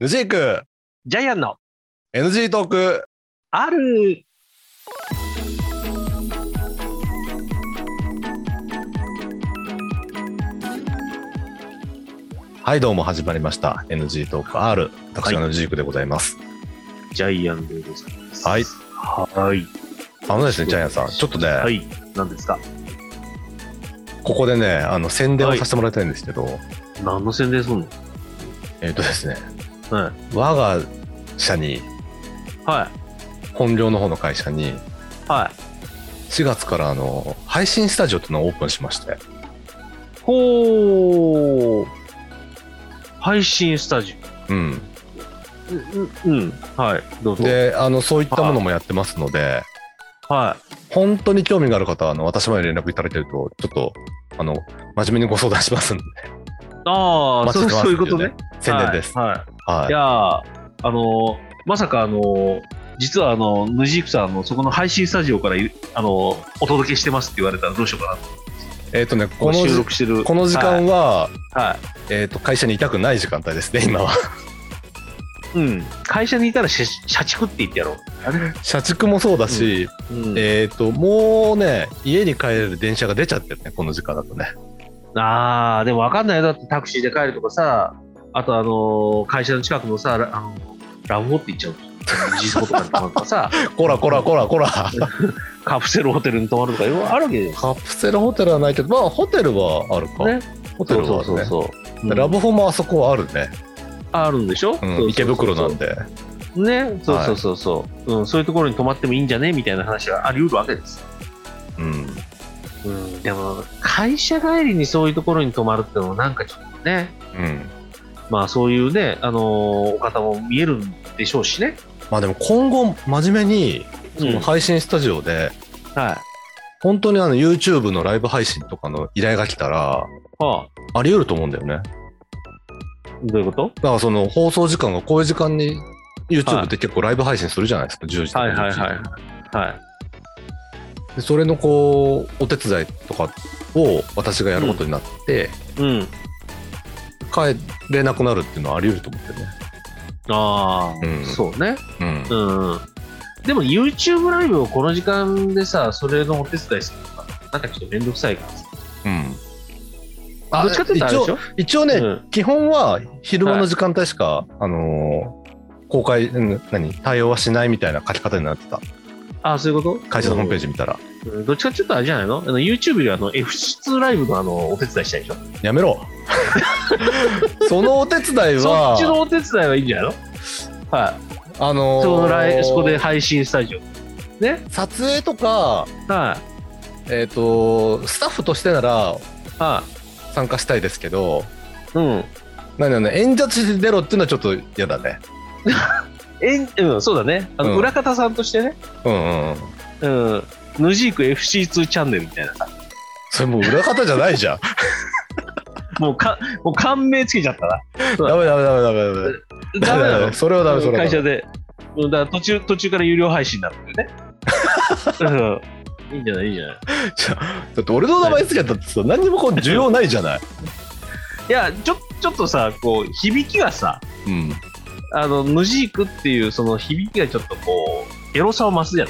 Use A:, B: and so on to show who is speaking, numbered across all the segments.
A: ヌジーク
B: ジャイアンの
A: NG トーク
B: ある
A: はいどうも始まりました NG トーク R 私がヌジークでございます、
B: ジャイアンでございます。
A: はい。
B: はい。
A: あのですねジャイアンさんちょっとね、
B: はい。何ですか
A: ここでねあの宣伝をさせてもらいたいんですけど、
B: 何の宣伝するの
A: えっ、とですね
B: は
A: 我が社に
B: い。はい。
A: 本業の方の会社に
B: は
A: 4月からあの配信スタジオっていうのをオープンしまして
B: い。ほー。配信スタジ
A: うん
B: オ。うん、うん、うん。はい。どうぞ。
A: であのそういったものもやってますので
B: は
A: 本当に興味がある方はあの私まで連絡いただけるとちょっとあの真面目にご相談しますんで
B: い。ああ、
A: 待
B: そ
A: ち
B: う
A: してます
B: そういうことね。
A: っていう宣伝です。
B: はい。はい
A: はい
B: いやーあのーまさかあのー実はあのヌジークさんあのそこの配信スタジオからいあのーお届けしてますって言われたらどうしようかな
A: えっ、とねこ
B: この
A: の
B: 収
A: 時
B: 録してる
A: この時
B: はい
A: 間は、
B: は
A: えっ、と会社にいたくない時間帯ですね 今は
B: いうん、会社にいたら社社畜って言ってやろうあれ、
A: 社畜もそうだし、
B: うん
A: えっ、ともうね家に帰れる電車が出ちゃってるねこの時間だとね
B: あーでも分かんないよだってタクシーで帰るとかさあとあのー会社の近くのさラあのーラブホって言っちゃうヌジークホテルに泊まるとか さ
A: こらこらこらこら
B: カプセルホテルに泊まるとかいろいろあるわけです
A: カプセルホテルはないけどまあホテルはあるか、
B: よね
A: ホテルはあるね
B: そうそうそうそう、うん
A: ラブホもあそこはあるね、
B: あるんでしょ、
A: うん
B: そうそうそうそう
A: 池袋なんで
B: ね、そうそうそうそう、うん、そういうところに泊まってもいいんじゃねみたいな話があり得るわけです。
A: うん
B: うん、でも会社帰りにそういうところに泊まるってのもなんかちょっとね、
A: うん
B: まあそういうね、あのーお方も見えるんでしょうしね。
A: まあでも今後真面目にその
B: はい、
A: 配信スタジオで、
B: は
A: 本当にあの YouTube のライブ配信とかの依頼が来たら
B: あ、
A: あり得ると思うんだよね
B: どういうこと
A: だからその放送時間がこういう時間に YouTube
B: は
A: っ
B: い
A: て結構ライブ配信するじゃないですか、10時とか
B: はい
A: 11時
B: はいはい。はい、
A: でそれのこうお手伝いとかを私がやることになって、
B: うん。
A: 帰れなくなるっていうのはあり得ると思ってね
B: ああ、
A: うん
B: そうね。
A: うん
B: うんうん。でも YouTube ライブをこの時間でさ、それのお手伝いするのか、なんかちょっとめんどくさいからさ。
A: うん
B: どっちかっていうとあれでし
A: 一
B: ょ
A: 応一応ね、
B: うん
A: 基本は昼間の時間帯しか、あのー公開うん何対応はしないみたいな書き方になってた
B: ああ、そういうこと
A: 会社のホームペー
B: ジ
A: ジ見たら、
B: うんどっちかちょっとあれじゃないのあの ?YouTube よりあの F2 ライブのあのお手伝いしたいでしょ
A: やめ ろそのお手伝い
B: そ
A: は
B: っちのお手伝いはいいんじゃないのはい。
A: あのー
B: そのライそこで配信スタジオ。ね
A: 撮影とか、
B: は
A: えー、とスタッフとしてなら
B: い。は
A: 参加したいですけど
B: い。うん。
A: 何だろうね演者として出ろっていうのはちょっと嫌だね
B: えんうん、そうだね。あの、
A: うん
B: 裏方さんとしてね。
A: うんうんうん
B: うん。ヌジーク FC2 チャンネルみたいな。
A: それもう裏方じゃないじ ゃん
B: もうか、もう感銘つけちゃったな。
A: ダメダメダメダメダメ
B: ダメだよ。
A: それはダメそれは
B: 会
A: ダ
B: 社
A: メ
B: で。うんだから途中、途中から有料配信にな ってるね。うん。いいんじゃないいいんじゃない
A: だって俺の名前つけたってさ何にもこう需要ないじゃない
B: いや、ちょ、ちょっとさ、こう、響きがさ、
A: うん
B: あの、ヌジークっていうその響きがちょっとこう、エロさを増す じゃん。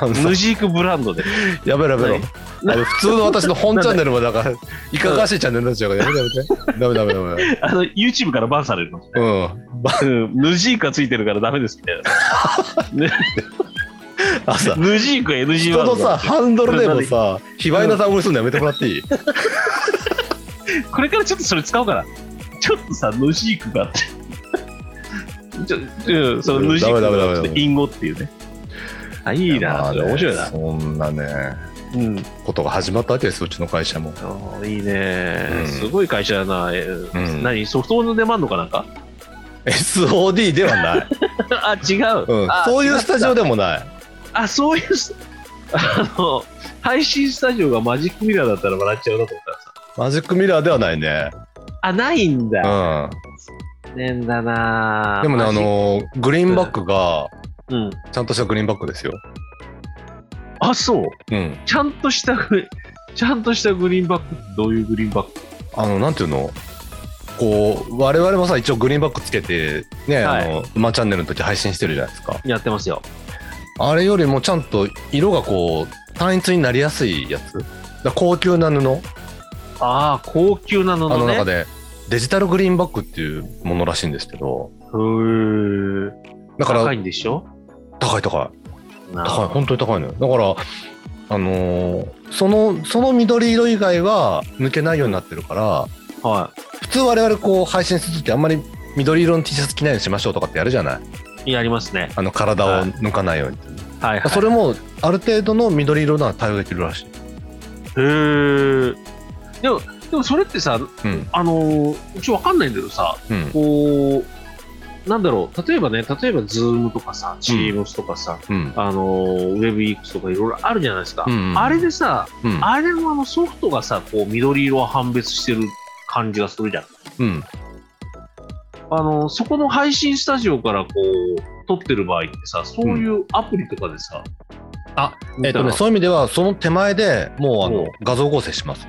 A: あのさ
B: ヌジークブランドで。
A: やめろやめろ
B: 何
A: あの普通の私の本チャンネルもだからいかがわしいチャンネルになっちゃうからやめてやめてダメダメダメ
B: あの、YouTube からバンされるの。
A: うんば
B: うん、ヌジークがついてるからダメですみたい
A: あさ
B: な。ヌジークは NG
A: 人
B: ワー
A: の
B: ド
A: さ
B: だ。
A: ハンドルネームさ卑猥 な単語にするのやめてもらっていい
B: これからちょっとそれ使おうかな。ちょっとさ、ヌジークがあって。ちょ、うん、そのヌジーク
A: ダメダメダ
B: が
A: メ
B: ちょっと隠語っていうね。あ、いい
A: ま
B: な。
A: あ
B: そ
A: ね
B: れ面白いな。
A: そんなね
B: うん。
A: ことが始まったわけですうちの会社も
B: あーいいね、
A: うん
B: すごい会社だな。え
A: ん
B: 何ソフトの出番のかなんか
A: SOD では ない、
B: あ、違う。
A: うん
B: あ、
A: そういうスタジオでもない
B: あ、そういうす、あの、配信スタジオがマジックミラーだったら笑っちゃうなと思ったらさ。
A: マジックミラーではないね
B: あ、ないん
A: う
B: だ。
A: ん
B: ねんだな
A: でもねあ
B: マジ
A: のグリーンバックが
B: うん。
A: ちゃんとしたグリーンバックですよ
B: あ、そう。
A: うん
B: ちゃんとしたグリ、ちゃんとしたグリーンバックってどういうグリーンバック
A: あのなんていうのこう我々もさ一応グリーンバックつけてね、
B: はい
A: あの「馬チャンネル」の時配信してるじゃないですか
B: やってますよ。
A: あれよりもちゃんと色がこう単一になりやすいやつだから高級な布
B: ああ、高級なの
A: あの
B: のね。
A: 中でデジタルグリーンバックっていうものらしいんですけど
B: ふー
A: だから
B: 高
A: 高い
B: いんでしょ
A: 高い高い
B: な
A: 本当に高いのよだからあのーそのその緑色以外は抜けないようになってるから
B: は
A: 普通我々こう配信するときあんまり緑色の T シャツ着ないようにしましょうとかってやるじゃない
B: い。やりますね。
A: あの体を抜かないように、
B: はい、はい。
A: それもある程度の緑色なら対応できるらしい、
B: へーでも、でもそれってさ、
A: うん
B: あのー、うちわかんないんだけどさ、
A: うん
B: こう、なんだろう、例えばね、例えば Zoom とかさ、Teams とかさ、
A: うん
B: あのー、WebX とかいろいろあるじゃないですか。
A: うんうん
B: あれでさ、
A: うん
B: あれのあのソフトがさ、こう緑色を判別してる感じがするじゃん。
A: うん
B: あの、そこの配信スタジオからこう、撮ってる場合ってさ、そういうアプリとかでさ、
A: あ、
B: 見
A: えったと
B: ら
A: ね、そういう意味ではその手前でもうあ
B: うん
A: の画像合成します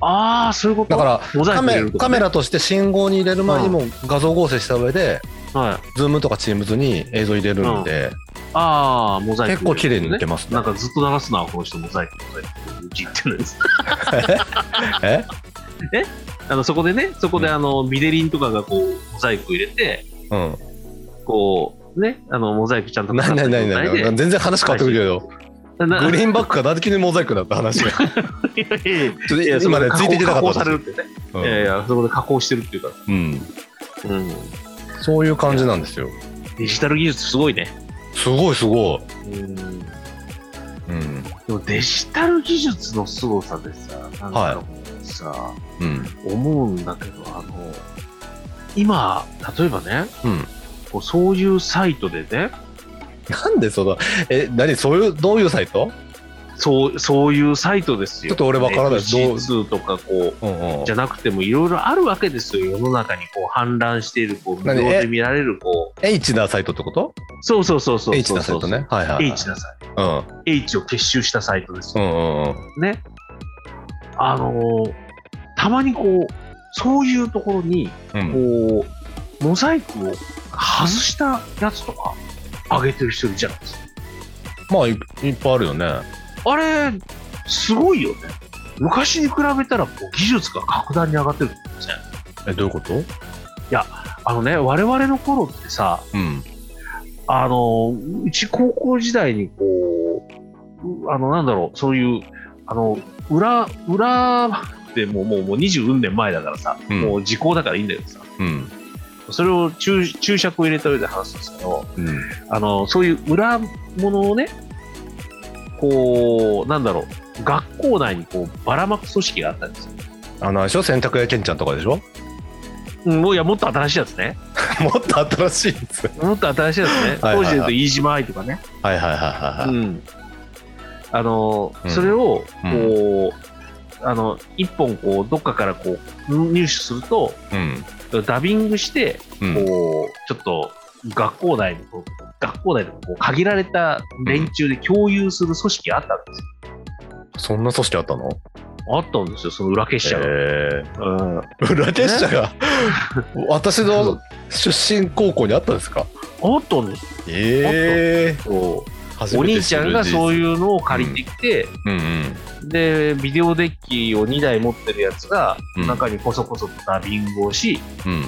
B: ああ、そういうこと
A: だから
B: モザイ
A: カ
B: ク入れ
A: メ
B: ると
A: カ
B: か
A: メ
B: ね
A: ラとして信号に入れる前にも画像合成した上で、
B: はい。
A: ズームとかチームズに映像入れるんで、
B: ああ、モザイク、
A: 結構綺麗に抜け
B: ま
A: ますね
B: なんかずっと流すな、この人、モザイク、モザイク。うち言ってないです。
A: え
B: あの、そこでね、そこで
A: うん
B: あの、ビデリンとかがこう、モザイク入れて、
A: うん
B: こう、ね、あの、モザイクちゃんと
A: 何何何何
B: な
A: 何全然話変わってくるよグリーンバックが何で急にモザイクだった 話がちょっ
B: ッ
A: と
B: いや、
A: 今ねついていけなか
B: 加
A: っ
B: 工
A: た
B: され
A: 話
B: るってね。
A: う
B: いやい
A: ん
B: や、そこで加工してるっていうか、
A: うん
B: うん。
A: そういう感じなんですよ
B: デジタル技術すごいね。
A: すごいすごい
B: うん。で
A: うん
B: もデジタル技術の凄さでさ、なんかもうさ、
A: うん
B: 思うんだけど、あの、今、例えばね、
A: うん
B: こうそういうサイトでね、
A: なんでそのえ何そういうどういうサイト
B: そう、そういうサイトです
A: ち
B: よ。
A: ょっと俺わからないどう
B: C2 とかこ
A: うんうん
B: う、じゃなくてもいろいろあるわけですよ。世の中にこう、氾濫している、こう、無
A: 何
B: 料
A: え
B: で見られる、こう、
A: H なサイトってこと
B: そうそうそうそう。
A: ？H なサイトね。はいはいはい
B: H なサイト。
A: うん
B: H を結集したサイトです
A: う
B: よ。
A: んうんうん
B: ね。あのーたまにこう、そういうところに、
A: うん
B: こう、モザイクを外したやつとか、上げてる人いるじゃないですか。
A: まあいいっぱいあるよね
B: あれ、すごいよね。昔に比べたらこう技術が格段に上がってると思うんですね。
A: えどういうこと
B: あのね、我々の頃ってさ、
A: うん
B: あの、うち高校時代にこう、うあの、なんだろう、そういう、あの、裏、裏でもうもうもう20運年前だからさ、
A: うん
B: もう時効だからいいんだけどさ、
A: うん
B: それを注注釈を入れた上で話すんですけど、
A: うん
B: あの、そういう裏物をね、こう、なんだろう、学校内にこうばらまく組織があったんですよ。
A: あのあれでしょ洗濯屋けんちゃんとかでしょ
B: うん、もういや、もっと新しいやつね。
A: もっと新しいやつ
B: もっと新しいやつね。
A: はいはいはい
B: 当時で言うと、飯島愛とかね。
A: はいはいはいはいは
B: う
A: い
B: ん。あの、
A: うん
B: それを、こう
A: う、
B: あの、一本、こう、どっかから、こう、入手すると、
A: うん
B: ダビングして、
A: うん
B: こう、ちょっと、学校内にこう、学校内でこう限られた連中で共有する組織があったんですよ。
A: そんな組織あったの
B: あったんですよ、その裏結社が。
A: え
B: うん
A: え裏結社が私の出身高校にあったんですか
B: あったんです
A: ええ
B: よ。
A: 初
B: お
A: めて
B: 兄
A: 知
B: ち
A: る
B: ゃんがそう
A: う
B: いうのを借りてきて、
A: うんうん
B: で、ビデオデッキを2台持ってるやつが、
A: うん
B: 中にこそこそとダビングをし、
A: うん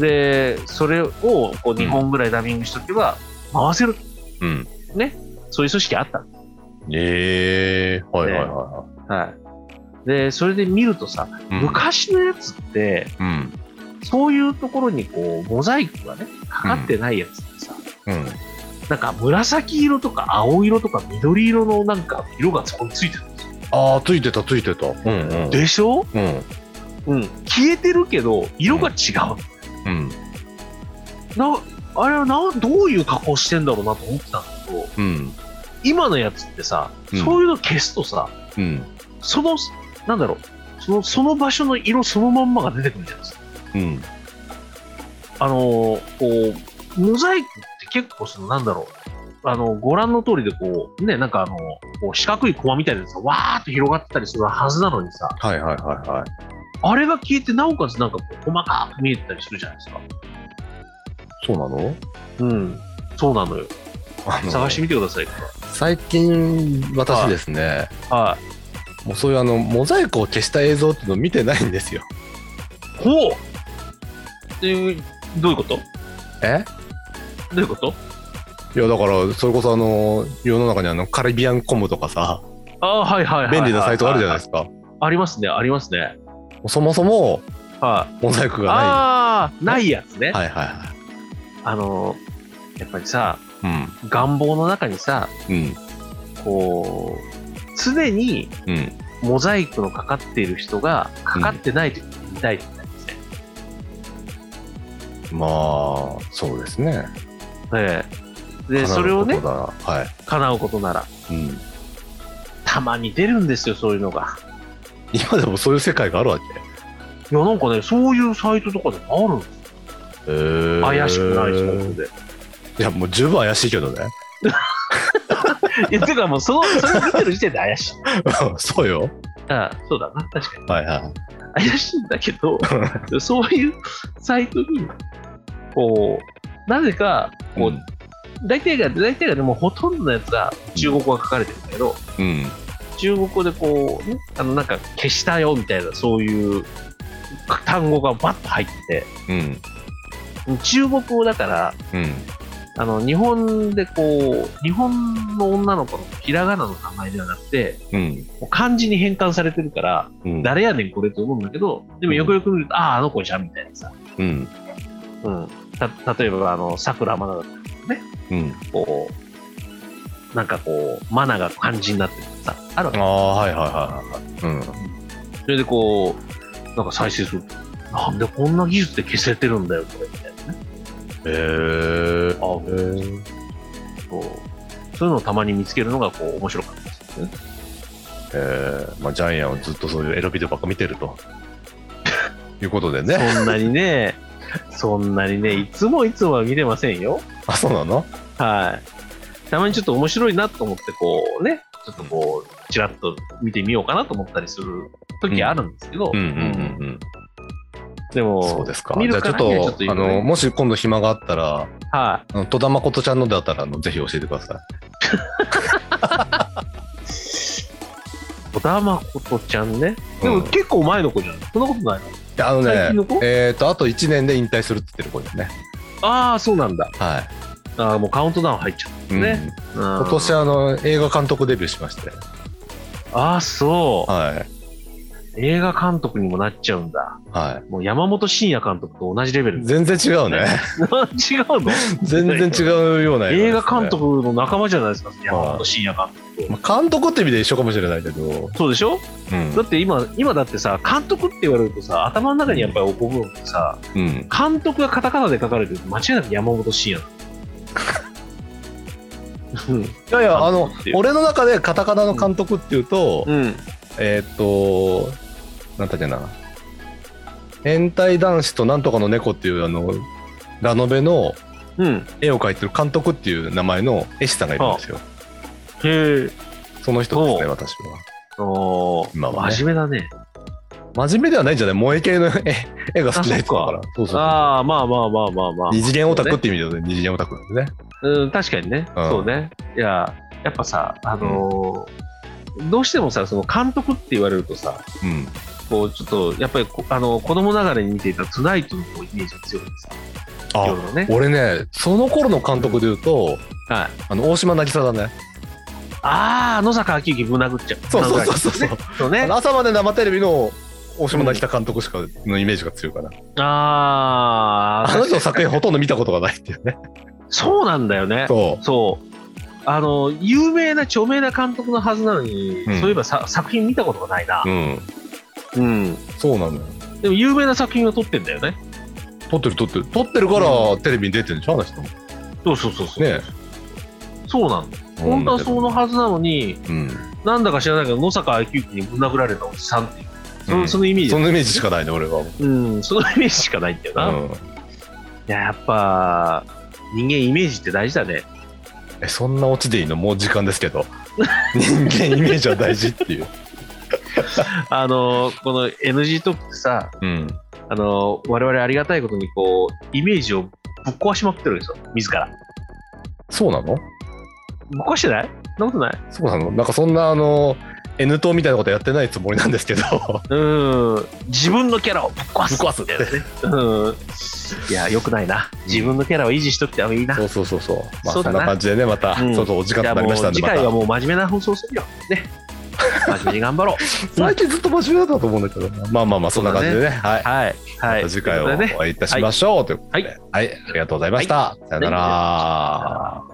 B: で、それをこう2本ぐらいダビングしとけば、回せる、
A: うん
B: そういう組織あった
A: ええはいはいはいは
B: はい。で、それで見るとさ、
A: いうん
B: 昔のやつって、
A: うん
B: そういうところにこう、モザイクがね、かかってないやつってさ、
A: うん
B: なんか紫色とか青色とか緑色のなんか色がそこについてる。
A: ああついてたついてたうんうん
B: でしょ
A: うん
B: うん。消えてるけど、色が違う。
A: うん
B: な、あれはな、どういう加工してんだろうなと思ってたんだけど、
A: うん
B: 今のやつってさ、
A: うん
B: そういうの消すとさ、
A: うん
B: その、なんだろう、そのその場所の色そのまんまが出てくるじゃないですか。
A: うん
B: あのーこう、モザイクって結構その、なんだろう、あの、ご覧の通りでこう、ね、なんかあの、こう四角いコマみたいなやつがわーっと広がってたりするはずなのにさ、
A: はいはいはいはい
B: あれが消えて、なおかつなんかこう細かく見えてたりするじゃないですか。
A: そうなの
B: うん。そうなのよ。
A: あの
B: 探してみてください。
A: 最近、私ですね、
B: はい。
A: もうそういうあの、モザイクを消した映像っていうのを見てないんですよ。
B: ほうえーどういうことど
A: え
B: ういうこと
A: いや、だから、それこそあの、世の中にあの、カリビアンコムとかさ、
B: ああー、はいはいはい。
A: 便利なサイトがあるじゃないですす
B: か。
A: か。
B: ありますね、ありますね。
A: そもそも、
B: はい。
A: モザイクが
B: ああー、ないやつね。
A: ない。はいはいはい。
B: あのー、やっぱりさ、
A: うん。
B: 願望の中にさ、
A: うん。
B: こう、常に
A: うん。
B: モザイクのかかっている人が、かかってない時に見たいみたいですね。
A: まあ、そうですね。
B: ええで、
A: 叶う
B: それをね
A: こ、とだは
B: 叶うことなら、
A: い。うん。
B: たまに出るんですよ、そういうのが。
A: 今でもそういう世界があるわけ
B: いや、なんかね、そういうサイトとかでもあるんです怪しくないサイトで。
A: いや、もう十分怪しいけどね。
B: いや、てかもう、その、それを見てる時点で怪しい。
A: そうよ。
B: ああそうだな、確かに。
A: はいは
B: 怪しいんだけ ど、そういうサイトに、こう、なぜか、
A: い。
B: こう、大体が、大体がでもうほとんどのやつが中国語が書かれてるんだけど、
A: うん。
B: 中国語でこう、ね、あの、なんか消したよみたいな、そういう単語がバッと入って
A: うん。
B: て、中国語だから、
A: うん。
B: あの、日本でこう、日本の女の子のひらがなの名前ではなくて、
A: うん。
B: もう漢字に変換されてるから、
A: うん。
B: 誰やねんこれと思うんだけど、でもよくよく見ると、ああ、あの子じゃんみたいなさ。
A: うん。
B: うん。た、例えば、あの、桜まなだったら
A: うん。
B: こう、なんかこう、マナが漢字になってるさ、ある
A: あ
B: わけ。
A: あ、はいはいはいはい。
B: それでこう、なんか再生すると。なんでこんな技術で消せてるんだよ、これ、みたいなね。
A: うん。へえ。
B: ああそうそういうのをたまに見つけるのが、こう、面白かったですよね。
A: えー、まあジャイアンをずっとそういうエロビデオばっか見てると。いうことでね。
B: そんなにね、そんなにね、いつもいつもは見れませんよ。
A: あ、そうなの
B: はい。たまにちょっと面白いなと思って、こうね、ちょっとこう、ちらっと見てみようかなと思ったりする時あるんですけど、
A: うんうんうんうん。
B: でも、
A: そうですか。
B: 見
A: じゃ
B: る
A: あちょ
B: か
A: っ
B: らにはちょっ
A: と
B: と、今
A: あ
B: ね
A: の、もし今度暇があったら、
B: は
A: あの戸田誠ちゃんのだったら、あのぜひ教えてください。
B: い。小田誠ちゃんね。で
A: う
B: も
A: ん
B: 結構前の子じゃん。そんなことないの
A: いやあの
B: 最近の
A: ね
B: 子、
A: えっ、と、あと1年で引退するって言ってる子ですね。
B: ああ、そうなんだ。
A: は
B: ああ、もうカウントダウン入っちゃ
A: い。
B: ね
A: うん
B: う。今
A: 今年あの映画監督デビューしまして、
B: ああ、そう。
A: はい
B: 映画監督にもなっちゃうんだ。
A: は
B: もう山本慎也監督と同じレベル
A: い、
B: で。
A: 全然違うね
B: 違うの
A: 全然違うような
B: 映画
A: ですね
B: 監、督の仲間じゃないですか、山本慎也監督。
A: まあ、監督って意味で一緒かもしれないけど、
B: そうでしょ
A: うん
B: だって今、今だってさ、監督って言われるとさ、頭の中にやっぱりおこぶのってさ、
A: うん、
B: 監督がカタカナで書かれてると間違いなく山本慎也なの
A: いやいやあの
B: 監督っていう
A: 俺の中でカタカナの監督っていうと、
B: うん。うん。
A: えーっとなんだっけな変態男子となんとかの猫っていうあのラノベの
B: うん。
A: 絵を描いてる監督っていう名前の絵師さんがいるんですよ
B: へえ。
A: その人ですね
B: ほう
A: 私は
B: おー
A: 今はね
B: 真面目だね。
A: 真面目ではないんじゃない萌え系の絵絵が好きな人だからそうそうそう
B: ああ、まあまあまあまあまあ。
A: 二次元オタクって意味だよね、二次元オタクなんでね。
B: うん、確かにね。
A: うん
B: そうね。いや、やっぱさ、あのーどうしてもさ、その監督って言われるとさ、
A: うん。
B: こう、ちょっと、やっぱりこ、あの、子供ながらに見ていたトゥナイトのこうイメージが強いんですよ。夜
A: あ、
B: のね。
A: 俺ね、その頃の監督で言うと、
B: はい。
A: あの、大島渚だね。
B: ああ、野坂昭之ぶん殴っちゃう。
A: そうそうそうそう
B: ぶん殴っちゃそう
A: あ
B: ね
A: の。朝まで生テレビの大島渚監督しかのイメージが強いかな。
B: あ
A: あ
B: あ
A: の、人の作品ほとんど見たことがないっていうね。
B: そうなんだよね。そう。
A: そう。
B: あの、有名な著名な監督のはずなのに、
A: うん
B: そういえばさ作品見たことがないな
A: う。ん。
B: うん。
A: そうなのよ。
B: でも有名な作品を撮ってんだよね。
A: 撮ってる撮ってる。撮ってるからテレビに出てるんでしょ、あの人も。
B: そうそうそうそう。
A: ね
B: そうなんだ。本当はそうのはずなのに、
A: うん。なん
B: なんだか知らないけど、野坂昭之にぶん殴られたおじさんっていう。そ
A: うん
B: そのイメージ、
A: そのイメージしかないね、俺は。
B: うん、そのイメージしかないんだよな。
A: う
B: い
A: ん。
B: や、やっぱ、人間イメージって大事だね。
A: え、 そんなオチでいいのもう時間ですけど。人間イメージは大事っていう。
B: あの、この NG トークってさ、
A: うん。
B: あの、我々ありがたいことに、こう、イメージをぶっ壊しまくってるんですよ、自ら。
A: そうなの
B: ぶっ壊してないそんなことない
A: そうなのなんかそんなあの N 党みたいなことやってないつもりなんですけど
B: うん。自分のキャラをぶっ壊す。
A: ぶっ壊すって
B: うん。いや、よくないな。自分のキャラを維持しとってもいいな。
A: そうそうそうそうまあ
B: そ
A: そ
B: うだ
A: ん
B: な
A: な感じでねまた、
B: うん
A: そうそうお時間となりましたんで
B: じゃ
A: ま
B: あもう次回は
A: た
B: もう真面目な放送するよ。ね。真面目に頑張ろう。
A: 最近ずっと真面目だったと思うんだけどなまあまあまあそんな感じでねはい、
B: はい。はい。
A: 次回
B: と
A: を
B: いうことでね
A: お会いいたしましょうということで、はいありがとうございました、さよなら、
B: はい